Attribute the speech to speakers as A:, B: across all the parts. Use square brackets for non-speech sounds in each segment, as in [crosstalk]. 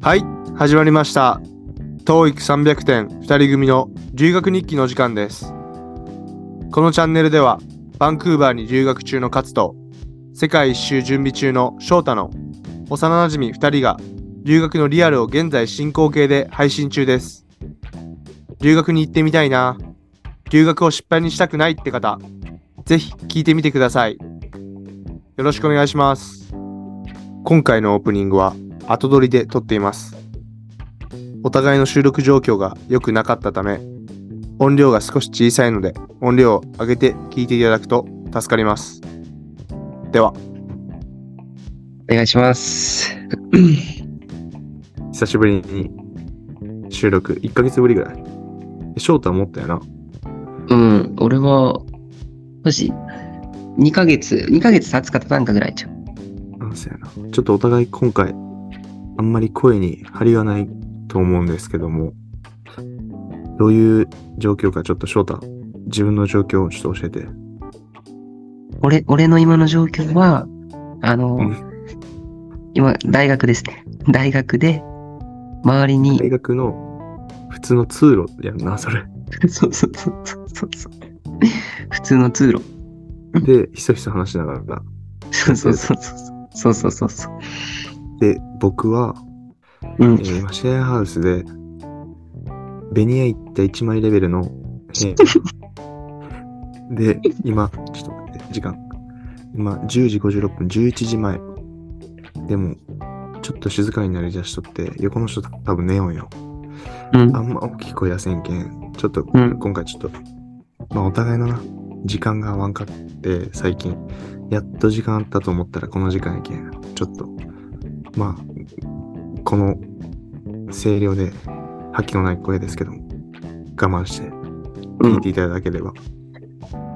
A: はい始まりました TOEIC300 点2人組の留学日記の時間ですこのチャンネルではバンクーバーに留学中のカツと世界一周準備中の翔太の幼なじみ2人が留学のリアルを現在進行形で配信中です留学に行ってみたいな留学を失敗にしたくないって方ぜひ聞いてみてくださいよろしくお願いします今回のオープニングは後撮りで撮っていますお互いの収録状況が良くなかったため音量が少し小さいので音量を上げて聞いていただくと助かりますでは
B: お願いします。
A: 久しぶりに収録1ヶ月ぶりぐらい翔太は持ったよな
B: うん、俺は、もし、2ヶ月、2ヶ月経つか経たんかぐらいじゃん。
A: なんせやなちょっとお互い今回あんまり声に張りがないと思うんですけどもどういう状況かちょっと翔太自分の状況をちょっと教えて
B: 俺、俺の今の状況は、あの、
A: うん
B: 今、大学ですね。大学で、周りに、
A: 大学の普通の通路やんなそれ
B: [laughs] そうそうそうそうそうそう。普通の通路。
A: でひそひそ話しながら
B: そうそうそうそう。そうそうそうそう。
A: で僕は、
B: う
A: え
B: ん。
A: ー今シェアハウスでベニヤ行った1枚レベルの部屋で今ちょっと待って時間今10時56分11時前でもちょっと静かになりだしとって横の人多分寝ようよ
B: うん
A: あ。んま大きい声出せんけんちょっと
B: うん。
A: 今回ちょっと、まあ、お互いのな、時間が合わんかって、最近、やっと時間あったと思ったらこの時間やけん、ちょっと、まあ、この声量で、覇気のない声ですけども、我慢して
B: う
A: 聞い
B: ん。
A: ていただければ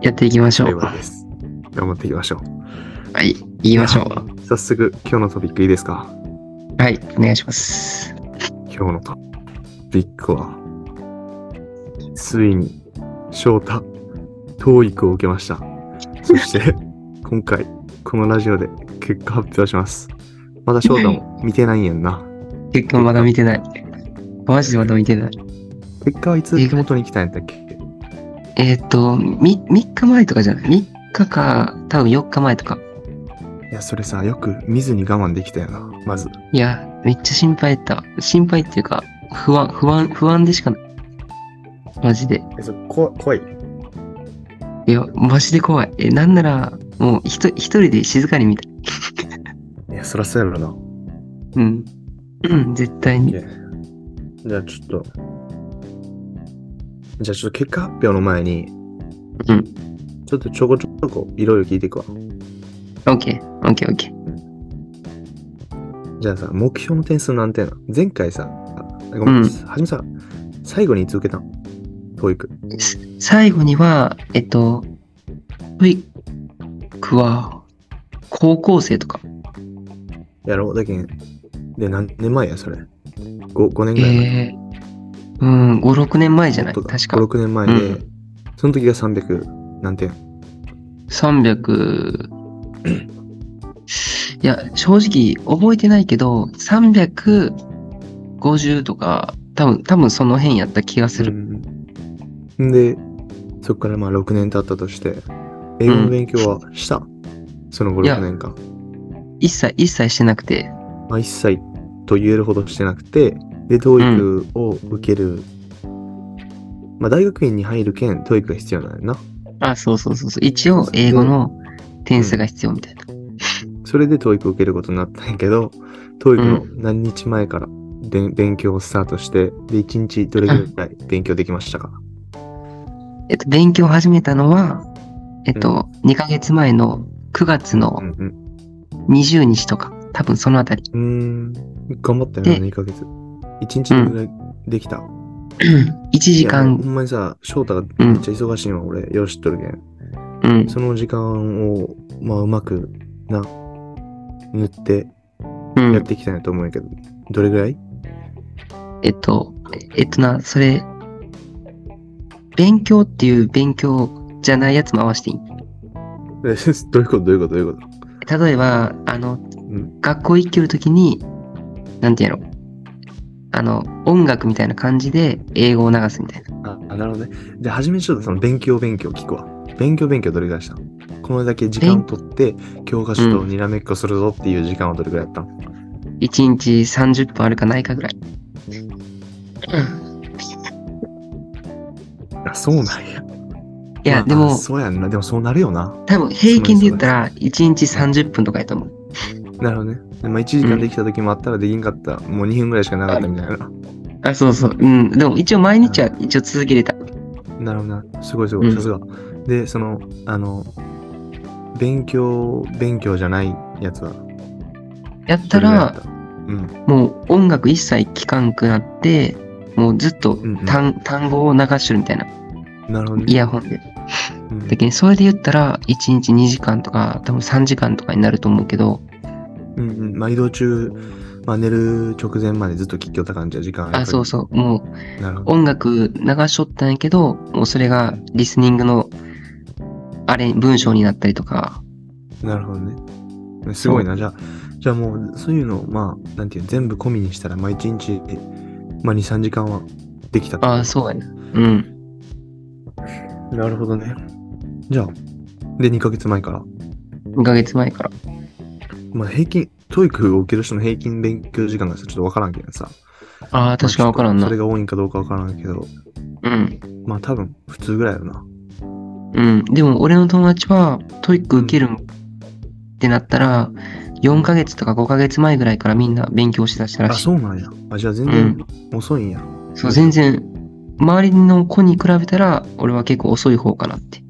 B: やっていきましょう。
A: 幸い
B: は
A: です。頑張っていきましょう。
B: い。行きましょう。
A: 早速、今日のトピックいいですか
B: はい。お願いします。
A: 今日のトピックは、ついに、翔太、TOEIC を受けました。そして、 [laughs] 今回、このラジオで結果発表します。まだ翔太も見てないんやんな。
B: 結構まだ見てない。マジでまだ見てない。
A: 結果はいつ手元に来たんやったっけ
B: えーっ、と、み、3日前とかじゃない ?3 日か、多分4日前とか。
A: いや、それさ、よく見ずに我慢できたよな、まず。
B: いや、めっちゃ心配だったわ。心配っていうか、不安、不安、不安でしかない。マジで。
A: え、そこ、怖い。
B: いや、マジで怖い。え、なんなら、もう、ひと、一人で静かに見たい。
A: いや、そらそうやろな。
B: うん。うん、絶対に。
A: じゃあちょっと、じゃあちょっと結果発表の前に、
B: うん。
A: ちょっとちょこちょこいろいろ聞いていくわ。
B: オッケー、オッケー、オッケー。
A: じゃあさ、目標の点数何点なの前回さ、あごめん、
B: うん
A: はじめさ、最後にいつ受けたの教育。
B: す最後には、えっと、トイックは、高校生とか。
A: やろうだけん。で、何年前や、それ。5, 五年ぐらい前。
B: えー、うん、5、6年前じゃない
A: と
B: 確
A: か
B: か。
A: 5、6年前で、
B: う
A: その時が300何点
B: 300いや正直覚えてないけど350とか多分多分その辺やった気がする、
A: うんで、そこからまあ6年経ったとして、英語の勉強はした、その5、
B: いや
A: 6年間。
B: 一切一切してなくて
A: まあ、一切と言えるほどしてなくて、で、TOEIC を受ける。まあ、大学院に入るけん、TOEIC が必要なんやな。
B: あそうそうそうそう一応英語の点数が必要みたいな、
A: それで TOEIC を受けることになったんやけど、TOEIC の何日前からで、勉強をスタートして、で、1日どれぐらい勉強できましたか、
B: えっと勉強を始めたのはえっと、2ヶ月前の9月の
A: うん、うん
B: 20日とか多分そのあたり
A: うーん、頑張ったよな、
B: で
A: 2ヶ月。1日どれぐらいできた、
B: 1時
A: いや
B: 間
A: ほんまにさ、翔太がめっちゃ忙しいわ、俺、よう知っとるけん。
B: うん
A: その時間を、まあ、うまくな、塗って
B: うん
A: やってきたんやと思うんやけど、 [laughs] どれぐらい
B: えっと、えっとな、それ、勉強っていう勉強じゃないやつも合わせていい。
A: えどういうことどういうことどういうこと
B: 例えば、あの、
A: ん
B: 学校行きよるときに、なんていうの、あの、音楽みたいな感じで英語を流すみたいな。
A: あ、なるほどね。じゃあ、初めにちょっとその勉強勉強聞くわ。勉強勉強どれぐらいしたのこのだけ時間取って、教科書とにらめっこするぞっていう時間はどれぐらいやったの、
B: 1日30分あるかないかぐらい。
A: あ、そうなんや。
B: い
A: ま
B: や、
A: あ
B: で
A: あ
B: も、
A: そうやんな。でもそうなるよな。
B: 多分平均で言ったら1日30分とかやと思う。
A: なるほどね。でまあ、1時間できた時もあったらできんかった。もう2分ぐらいしかなかったみたいな。
B: あ、そうそう。うん。でも一応毎日は一応続けてた。
A: なるほどな。すごいすごい。
B: うん
A: さすが。で、その、あの、勉強、勉強じゃないやつは。
B: やったら、
A: うん。
B: もう音楽一切聞かんくなって、もうずっと
A: んうん
B: 単,、単語を流してるみたいな。
A: なるほど
B: イ
A: ね。
B: ヤホンで。
A: うん
B: だけど、それで言ったら1日2時間とか、多分3時間とかになると思うけど、
A: うんうん。まあ、移動中、まあ、寝る直前までずっと聞きよった感じは時間
B: あ、そう
A: そ
B: そう。もう
A: う。なるほど。
B: 音楽流しとったんやけど、もうそれがリスニングの、あれ、文章になったりとか、
A: なるほどね。ねすごいな。じゃあ、じゃあもう、そういうのを、まあ、なんていうの、全部込みにしたら、まあ、1日、まあ、2、3時間はできたってこと
B: ああ、そうやな。うん。
A: なるほどね。じゃあ、で、2ヶ月前から。
B: 2ヶ月前から。
A: まあ、平均、トイックを受ける人の平均勉強時間がさ、ちょっとわからんけどさ。
B: ああ、確かにわからん
A: まあちょっとそれ。
B: な
A: が多いんかどうかわからんけど、
B: うん。
A: まあ、多分、普通ぐらいやろな。
B: うん。でも、俺の友達は、トイック受けるんってなったら、4ヶ月とか5ヶ月前ぐらいからみんな勉強しだしたら
A: あ、
B: しい。
A: そうなんや。あ、じゃあ全然遅いんや。
B: そう、全然、周りの子に比べたら、俺は結構遅い方かなって。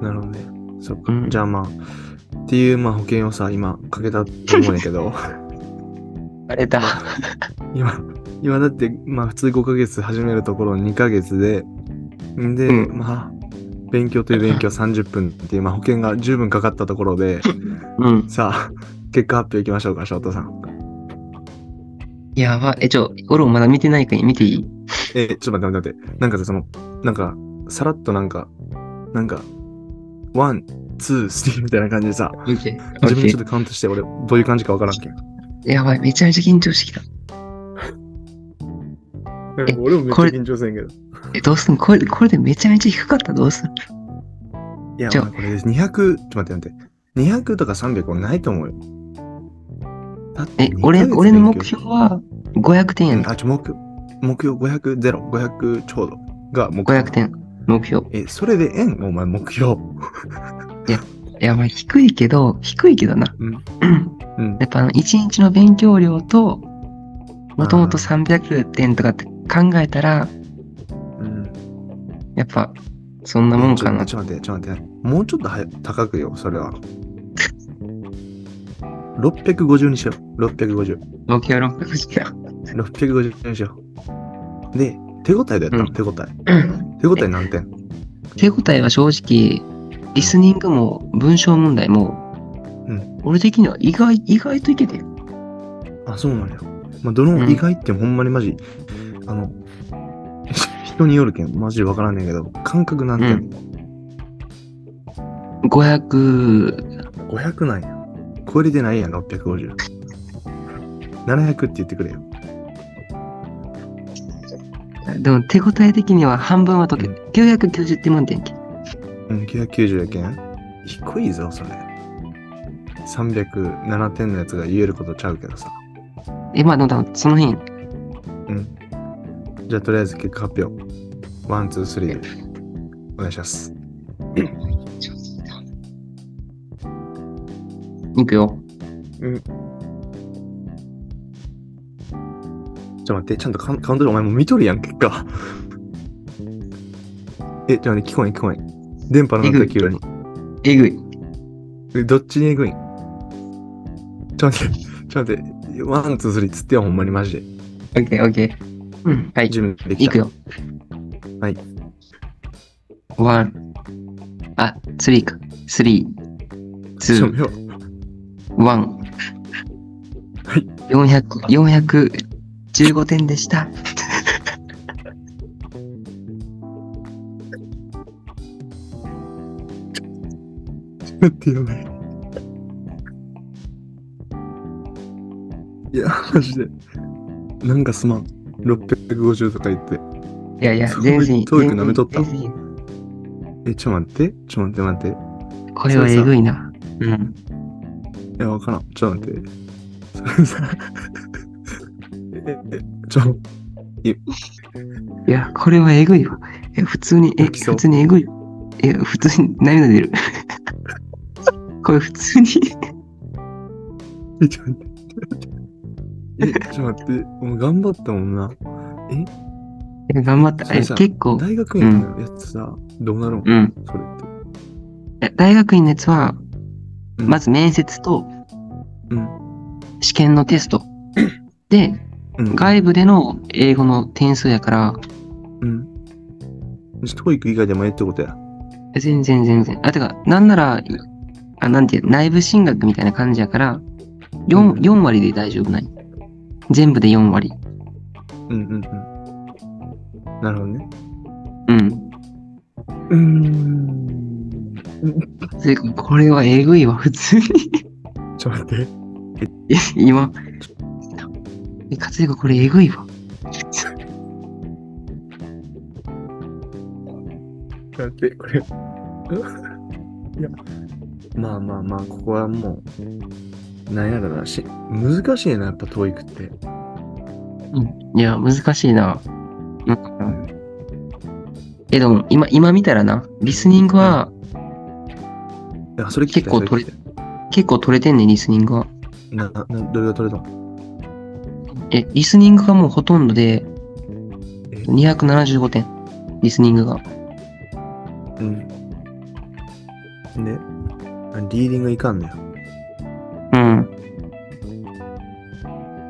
A: なるほどね。そっか。
B: うん
A: じゃあまあ、っていう、まあ、保険をさ、今、かけたと思うんやけ
B: [laughs]
A: ど、
B: あれだ。
A: 今、今だって、まあ、普通5ヶ月始めるところ2ヶ月で、んで、
B: う
A: まあ、勉強という勉強30分っていう、まあ、保険が十分かかったところ
B: [laughs]
A: で、
B: うん。
A: さあ、結果発表いきましょうか、翔太さん。
B: やば。え、ちょ、俺もまだ見てないから見ていい
A: えーちょっと待って待って待って。なんかさ、その、なんか、さらっとなんか、なんか、ワン、ツー、スリーみたいな感じで
B: [laughs]
A: さ、
B: 見て。
A: 自分でちょっとカウントして、俺、どういう感じかわからんけん。
B: やばい、めちゃめちゃ緊張してきた。え
A: 俺もめ
B: っち
A: 張
B: ゃ
A: せんけど。
B: え、どうすんこれで、これでめちゃめちゃ低かったらどうすん
A: いや、
B: じゃあ
A: お前これです。200、ちょっと待って待って。200とか300はないと思うよ。だって
B: え、俺、俺の目標は500点や
A: うん
B: な。
A: あ、ちょ、目標、目標500、ゼロ、500ちょうどが目標。
B: 500点。目標。
A: え、それで円お前、目標。
B: やばい、低いけど、低いけどな。
A: うん
B: [clears throat]
A: うん
B: やっぱあの、1日の勉強量と、もともと300点とかって考えたら、
A: うん。
B: やっぱ、そんなもんかな。
A: ちょっとちょっと待って、ちょっと待って。もうちょっと早高くよ、それは。650にしよう。650。
B: 目標600点。
A: 650にしよう。で、手応えでやったの、
B: うん
A: 手応え。手応え何点
B: [clears throat] 手応えは正直、リスニングも文章問題も、
A: うん
B: 俺的には意外、意外といけてる。
A: あ、そうなんや。まあ、どの意外ってほんまにマジ、あの、 [laughs] 人によるけん、マジわからんねんけど、感覚何点、
B: 500、
A: ?500 なんや。超えれてないやん、650。700って言ってくれよ。
B: でも手応え的には半分は解け
A: う
B: る。990点満点やけ。
A: うん、990やけん。低いぞ、それ。307点のやつが言えることちゃうけどさ。
B: え、まあでも多分その辺、
A: じゃあ、とりあえず結果発表。ワン、ツー、スリーで。お願いします。
B: いくよ。
A: ちょっと待って、ちゃんとカウンカウントでお前もう見とるやん、結果。 [laughs] え、ちょっと待って、聞こえん、聞こえん。電波の中急に。
B: えぐい。
A: えどっちにえぐいんちょっと待って、ちょっと待って、ワン、ツー、スリーっつってよ、ほんまにマジで。
B: オッケーオッケー。うん、はい。
A: 準備でき
B: い
A: た。
B: くよ。
A: はい。
B: ワン。あ、スリーか。スリー、ツ
A: ちょ
B: ー、
A: よ
B: ワン。400、415点でした。
A: 待ってやばい。いや、マジで。なんかすまん。 650とか言って。
B: いやいや、
A: そう
B: 全然いい。
A: トイック
B: 全然
A: 舐
B: いい
A: めとった
B: 全然いい
A: え、ちょ待って、ちょ待って待って。
B: これはえぐいな。うん。
A: いや、わからん。ちょっと待
B: [laughs]
A: って。それさ。え、えちょ、
B: いや、これはえぐいわ。え、普通に、え、
A: 起きそう
B: 普通にえぐい。いや、普通に涙出る。 [laughs] これ普通に、
A: え、ちょ待って。え、ちょ待って。もう頑張ったもんな。
B: 頑張っ
A: そ
B: た。え、
A: れさ
B: 結構、
A: 大学院のやつさ、どうなるん
B: うん。
A: それって。
B: いや大学院のやつは、
A: うん
B: まず面接と、
A: うん
B: 試験のテ
A: [clears throat]
B: スト。で、
A: うん。
B: 外部での英語の点数やから、
A: うん。トイック以外でもええってことや。
B: 全然全然。あ、てか、なんなら、あ、なんていう、内部進学みたいな感じやから、
A: う
B: 4,
A: ん
B: 4割で大丈夫ない。全部で4割。
A: うんうんうん。なるほどね。
B: うん。
A: うーん。
B: でこれはえぐいわ、普通に。
A: ちょ待って。
B: え今。え、かつこれえぐいわ。
A: 待って、これ。 [laughs] いや。まあまあまあ、ここはもう、なんやろなし、難しいな、やっぱ TOEIC って。
B: うん。いや、難しいな。うん。え、でも、今、今見たらな、リスニングは、
A: いや、それ聞きたい
B: 結構
A: それ聞き
B: 結構取れてんね、リスニングは。
A: たいな、な、などれが取れたの
B: え、リスニングがもうほとんどで、
A: え
B: 275点。リスニングが。
A: うん。で、あリーディングいかんのよ。
B: うん。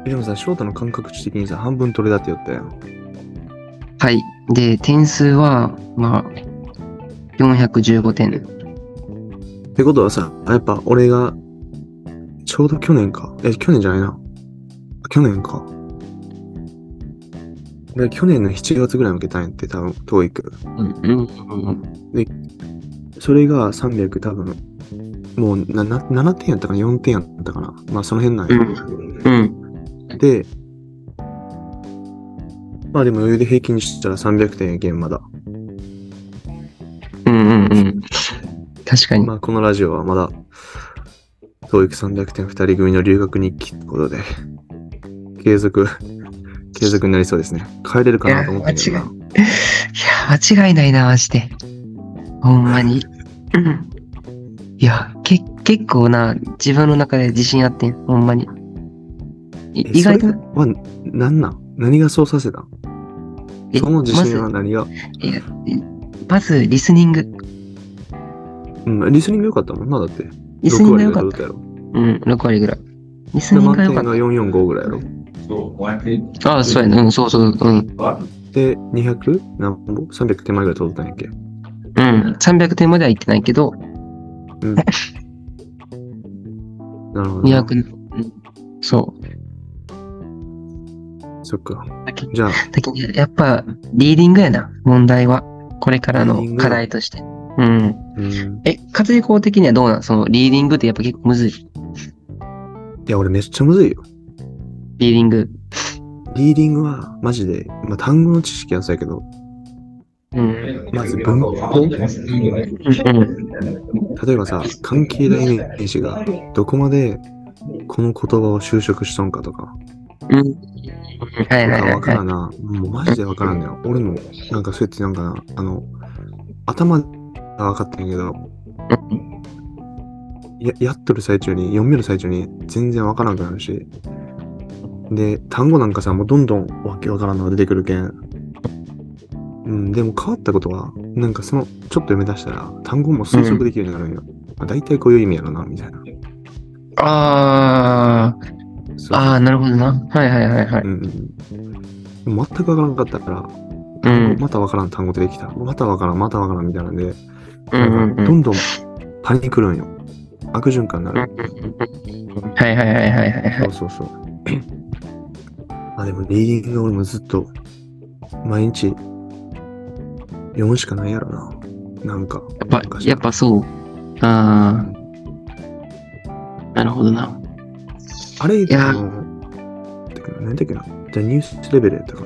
A: えでもさ、翔太の感覚値的にさ、半分取れたって言ったやん。
B: はい。で、点数は、まあ、415点。
A: ってことはさ、やっぱ俺が、ちょうど去年か。え、去年じゃないな。去年か。俺、去年の7月ぐらいに受けたんやって、多分、TOEIC。
B: うん。うん。うん
A: それが300多分、もうなな7点やったかな、4点やったかな。まあその辺なんや。
B: うん。
A: で、まあでも余裕で平均したら300点やけん、まだ。
B: うん。うん。うん。確かに。
A: まあこのラジオはまだ、教育300点2人組の留学日記ってことで、継
B: [laughs]
A: 続、継続になりそうですね。帰れるかなと思ってんけど
B: いや
A: な。
B: いや、間違いないな、マジで。ほんまに。うんいや、け、結構な、自分の中で自信あってん、ほんまに。い
A: え
B: 意外と
A: それ、は、なんなん何がそうさせたん
B: え
A: その自信は
B: ま
A: 何が、
B: ずいやいまず、リスニング。
A: うん、リスニング良かったもんな、だって。
B: リスニン
A: 6
B: グが
A: 割
B: 良かっ
A: 取れ
B: た。
A: やろ。
B: うん、6割ぐらい。リス
A: で、
B: ニン
A: 満
B: グが良
A: 点
B: か
A: が
B: っ
A: 445ぐらいやろ。
B: た。ああ、そうやね。うん、そうそう。うん。
A: で、200? 何本 ?300 手前ぐらい取ったんやっけ。
B: うん。300点までは行ってないけど、
A: うん。なるほどな。
B: 200、うん、そう。
A: そっか。
B: だけ
A: じゃあ、
B: だけどやっぱ、リーディングやな、問題は。これから
A: リーディン
B: の
A: グ
B: 課題として。うん。
A: うん。
B: え、活用的にはどうなんそのリーディングってやっぱ結構むずい。
A: いや、俺めっちゃむずいよ。
B: リーディング。
A: リーディングは、マジで、まあ、単語の知識はそうやけど、
B: うん。
A: まず文法例えばさ、関係代名詞が、どこまでこの言葉を就職しとんかとか、
B: うん。はい
A: なんか
B: はいはい
A: わから
B: は。
A: んな。もうマジでわからんのよ。俺も、なんかそうやってなんかな、あの、頭がわかったんやけど、ややっとる最中に読める最中に全然わからなくなるしで単語なんかさもうどんどんわけわからんのが出てくるけんうんでも変わったことはなんかそのちょっと読み出したら単語も推測できるようになるんよ、あ大体こういう意味やろなみたいない
B: あー、
A: そう
B: あー、なるほどな。はいはいはいはい。
A: うんうん全くわからなかったから、
B: うん
A: またわからん単語出てきたまたわからんまたわからんみたいなんで、
B: うんうんう
A: なんかど
B: ん。
A: んどんパニックるんよ悪循環になる、
B: はいはいはいはいはいは
A: そ。
B: いう
A: そう [clears throat] そう。あ、でも、リーディング俺もずっと、毎日、読むしかないやろな。なんか。
B: やっぱ、やっぱそう。あー。なるほどな。
A: あれ、
B: や
A: あの、てか、何だっけな。じゃあニュースレベルやったか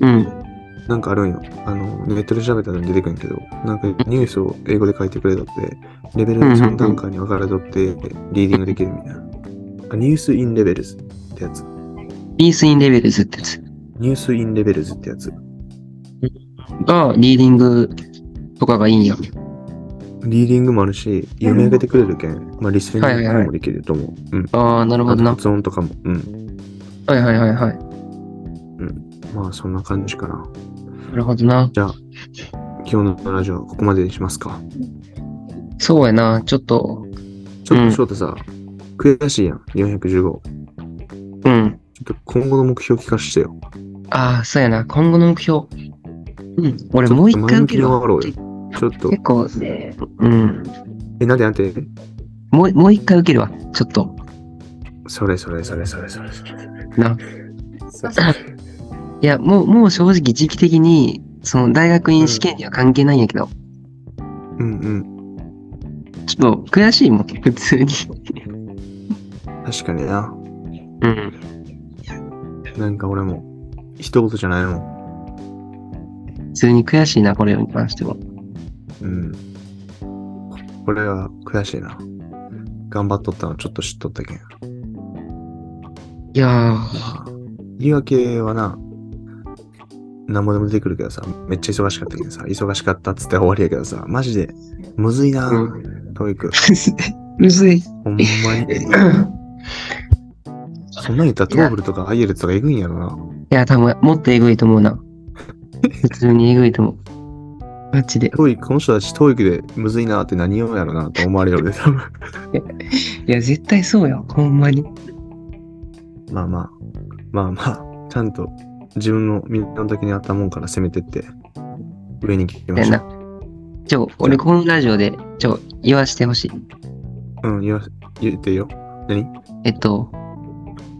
A: な。
B: うん。
A: なんかあるんよ。あの、ネットで調べたら出てくるんやけど、なんかニュースを英語で書いてくれたって、レベルの3段階に分かれとって、リーディングできるみたいな。あニュースインレベルズってやつ。
B: リースインレベルズってやつ
A: ニュースインレベルズってやつ。
B: が、リーディングとかがいいんや。
A: リーディングもあるし、読み上げてくれるけん、まあ、リスニ
B: はいはい
A: ン
B: は
A: グ
B: い
A: もできると思う。うん。
B: ああ、なるほ
A: あ
B: ど
A: と
B: な。
A: 発音とかも。うん。
B: はいはいはいはい。
A: まあ、そんな感じかな。
B: なるほどな。
A: 今日のラジオはここまでにしますか。
B: そうやな。ちょっと、
A: ちょ
B: う
A: っ
B: ん
A: と翔太さ、悔しいやん、415。ちょ
B: うん。
A: っと今後の目標聞かしてよ。
B: ああ、そうやな。今後の目標。うん。俺もう一回受けるわ。
A: 前向きにちょっと、
B: 結構、ね、うん。
A: え、なんでなんで
B: もう、もう一回受けるわ。ちょっと。
A: それそれそれそれそれそれ。
B: な。
A: それそれ
B: いや、もう、もう正直時期的に、その大学院試験には関係ないんやけど、
A: うんうん。
B: ちょっと悔しいもん、普通に。
A: 確かにな。
B: うん。
A: なんか俺も、一言じゃないもん。
B: 普通に悔しいな、これに関しては。
A: うん。これは悔しいな。頑張っとったのちょっと知っとったけん。
B: いやー、
A: 言い訳はな、なんぼでも出てくるけどさ、めっちゃ忙しかったけどさ、忙しかったっつって終わりやけどさ、マジで、むずいな、
B: う
A: 教育。
B: むずい。
A: ほんまに。そんなん言ったらトーフルとかアイエルツとかえぐいんやろな。
B: いや、多分、もっとえぐいと思う [laughs] な。普通にえぐいと思う。マジで。
A: トーイックこの人たちトーイックでむずいなって何をやろなと思われるよね、多分。 [laughs]
B: いや、絶対そうよ、ほんまに。
A: まあまあ、まあまあ、ちゃんと自分の身の時にあったもんから攻めてって、上に聞き
B: み
A: ま
B: たい
A: しょ
B: な
A: う。。
B: ちょ、俺このラジオで、ちょ、言わしてほしい。
A: うん、言わ言ってよ。何
B: えっと、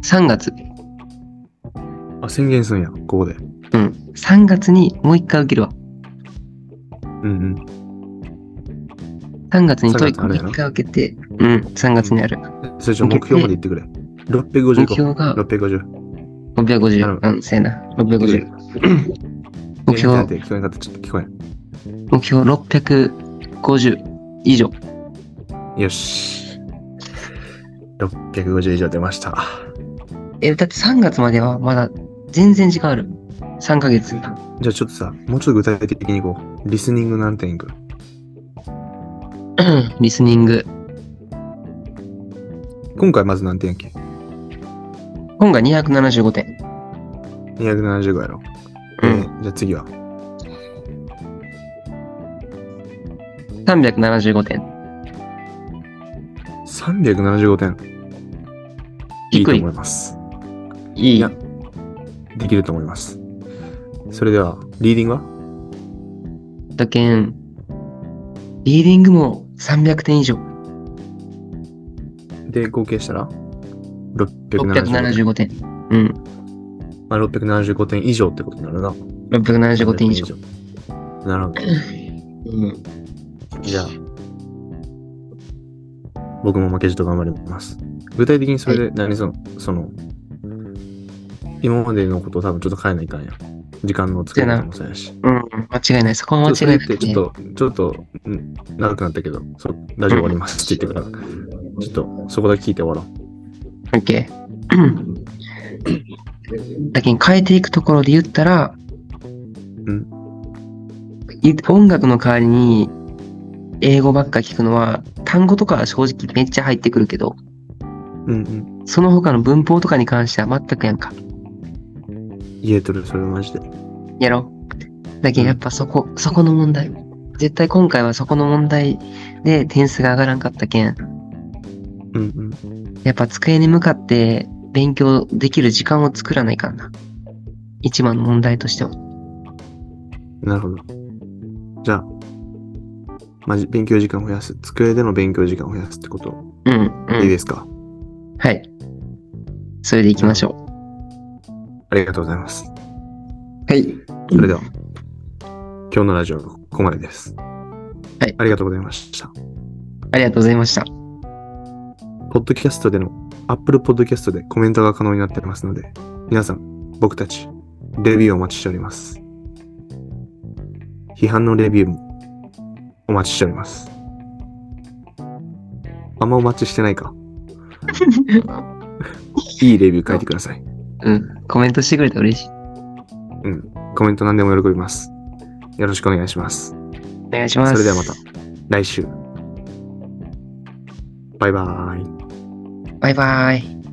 B: 3月、
A: あ、宣言すんや、ここで。
B: うん、3月にもう一回受けるわ。
A: うん
B: 3月にトイ
A: 3
B: ッ
A: 月あ
B: ク
A: るやろ
B: 1回受けて、うん、3月にある。
A: うん。それじゃ目標まで言ってくれ。
B: 目
A: 655。
B: 標が
A: 650。なる
B: 650
A: ほ。ど
B: うん、せやな。650。目
A: えなん
B: 標、
A: て聞こえなかった。ちょっと聞こえ
B: 目標650以上。
A: ん。よし。650以上出ました。
B: え、だって3月まではまだ全然時間ある。3ヶ月。
A: じゃあちょっとさ、もうちょっと具体的にいこう。リスニング何点いく
B: リスニング。
A: 今回まず何点やっけ
B: 今回275点。
A: ?275 やろ。
B: う
A: え
B: ん。
A: ーじゃあ次は。
B: 375点。
A: 375点。いいと
B: 低い。
A: 思います。
B: い
A: い
B: い
A: や。できると思います。それでは、リーディングは
B: だけん、リーディングも300点以上。
A: で、合計したら675
B: 675点。うん。
A: まあ、675点以上ってことになるな。
B: 675点以上。
A: なるほど。
B: うん。
A: じゃあ、僕も負けじと頑張ります。具体的にそれで何その、その、今までのことを多分ちょっと変えないかんや。時間の使い方もそうやし。
B: うん。間違いない。そこは
A: ちょっとそれ
B: 間違い
A: っ
B: な
A: て
B: く
A: ち
B: て。
A: ょっと、ちょっと、うん長くなったけど、そうラジオ終わりますって言ってから、ちょっとそこだけ聞いて終わろう。
B: オッケ
A: [clears throat]
B: ー。だけん変えていくところで言ったら、
A: ん
B: い音楽の代わりに英語ばっか聞くのは単語とかは正直めっちゃ入ってくるけど
A: うんうん。
B: その他の文法とかに関しては全くやんか
A: 言えとる、それマジで。
B: やろだけんやっぱそこ、そこの問題絶対今回はそこの問題で点数が上がらんかったけん
A: うんうん。
B: やっぱ机に向かって勉強できる時間を作らないからな一番の問題としては
A: なるほど。じゃあ、まじ、勉強時間を増やす。机での勉強時間を増やすってこと、
B: うんうん
A: いいですか
B: はい。それでいきましょ
A: ありがとうございます。
B: う。はい。
A: それでは、今日のラジオはここまでです。
B: はい
A: ありがとうございました。
B: ありがとうございました。
A: ポッドキャストでの、Apple Podcast でコメントが可能になっておりますので、皆さん、僕たち、レビューお待ちしております。批判のレビューもお待ちしております。あんまお待ちしてないか。いいレビュー書いてください。
B: うん。コメントしてくれたら嬉しい。
A: コメント何でも喜びます。よろしくお願いします。
B: お願いします。
A: それではまた。来週。バイバーイ。
B: バイバイ。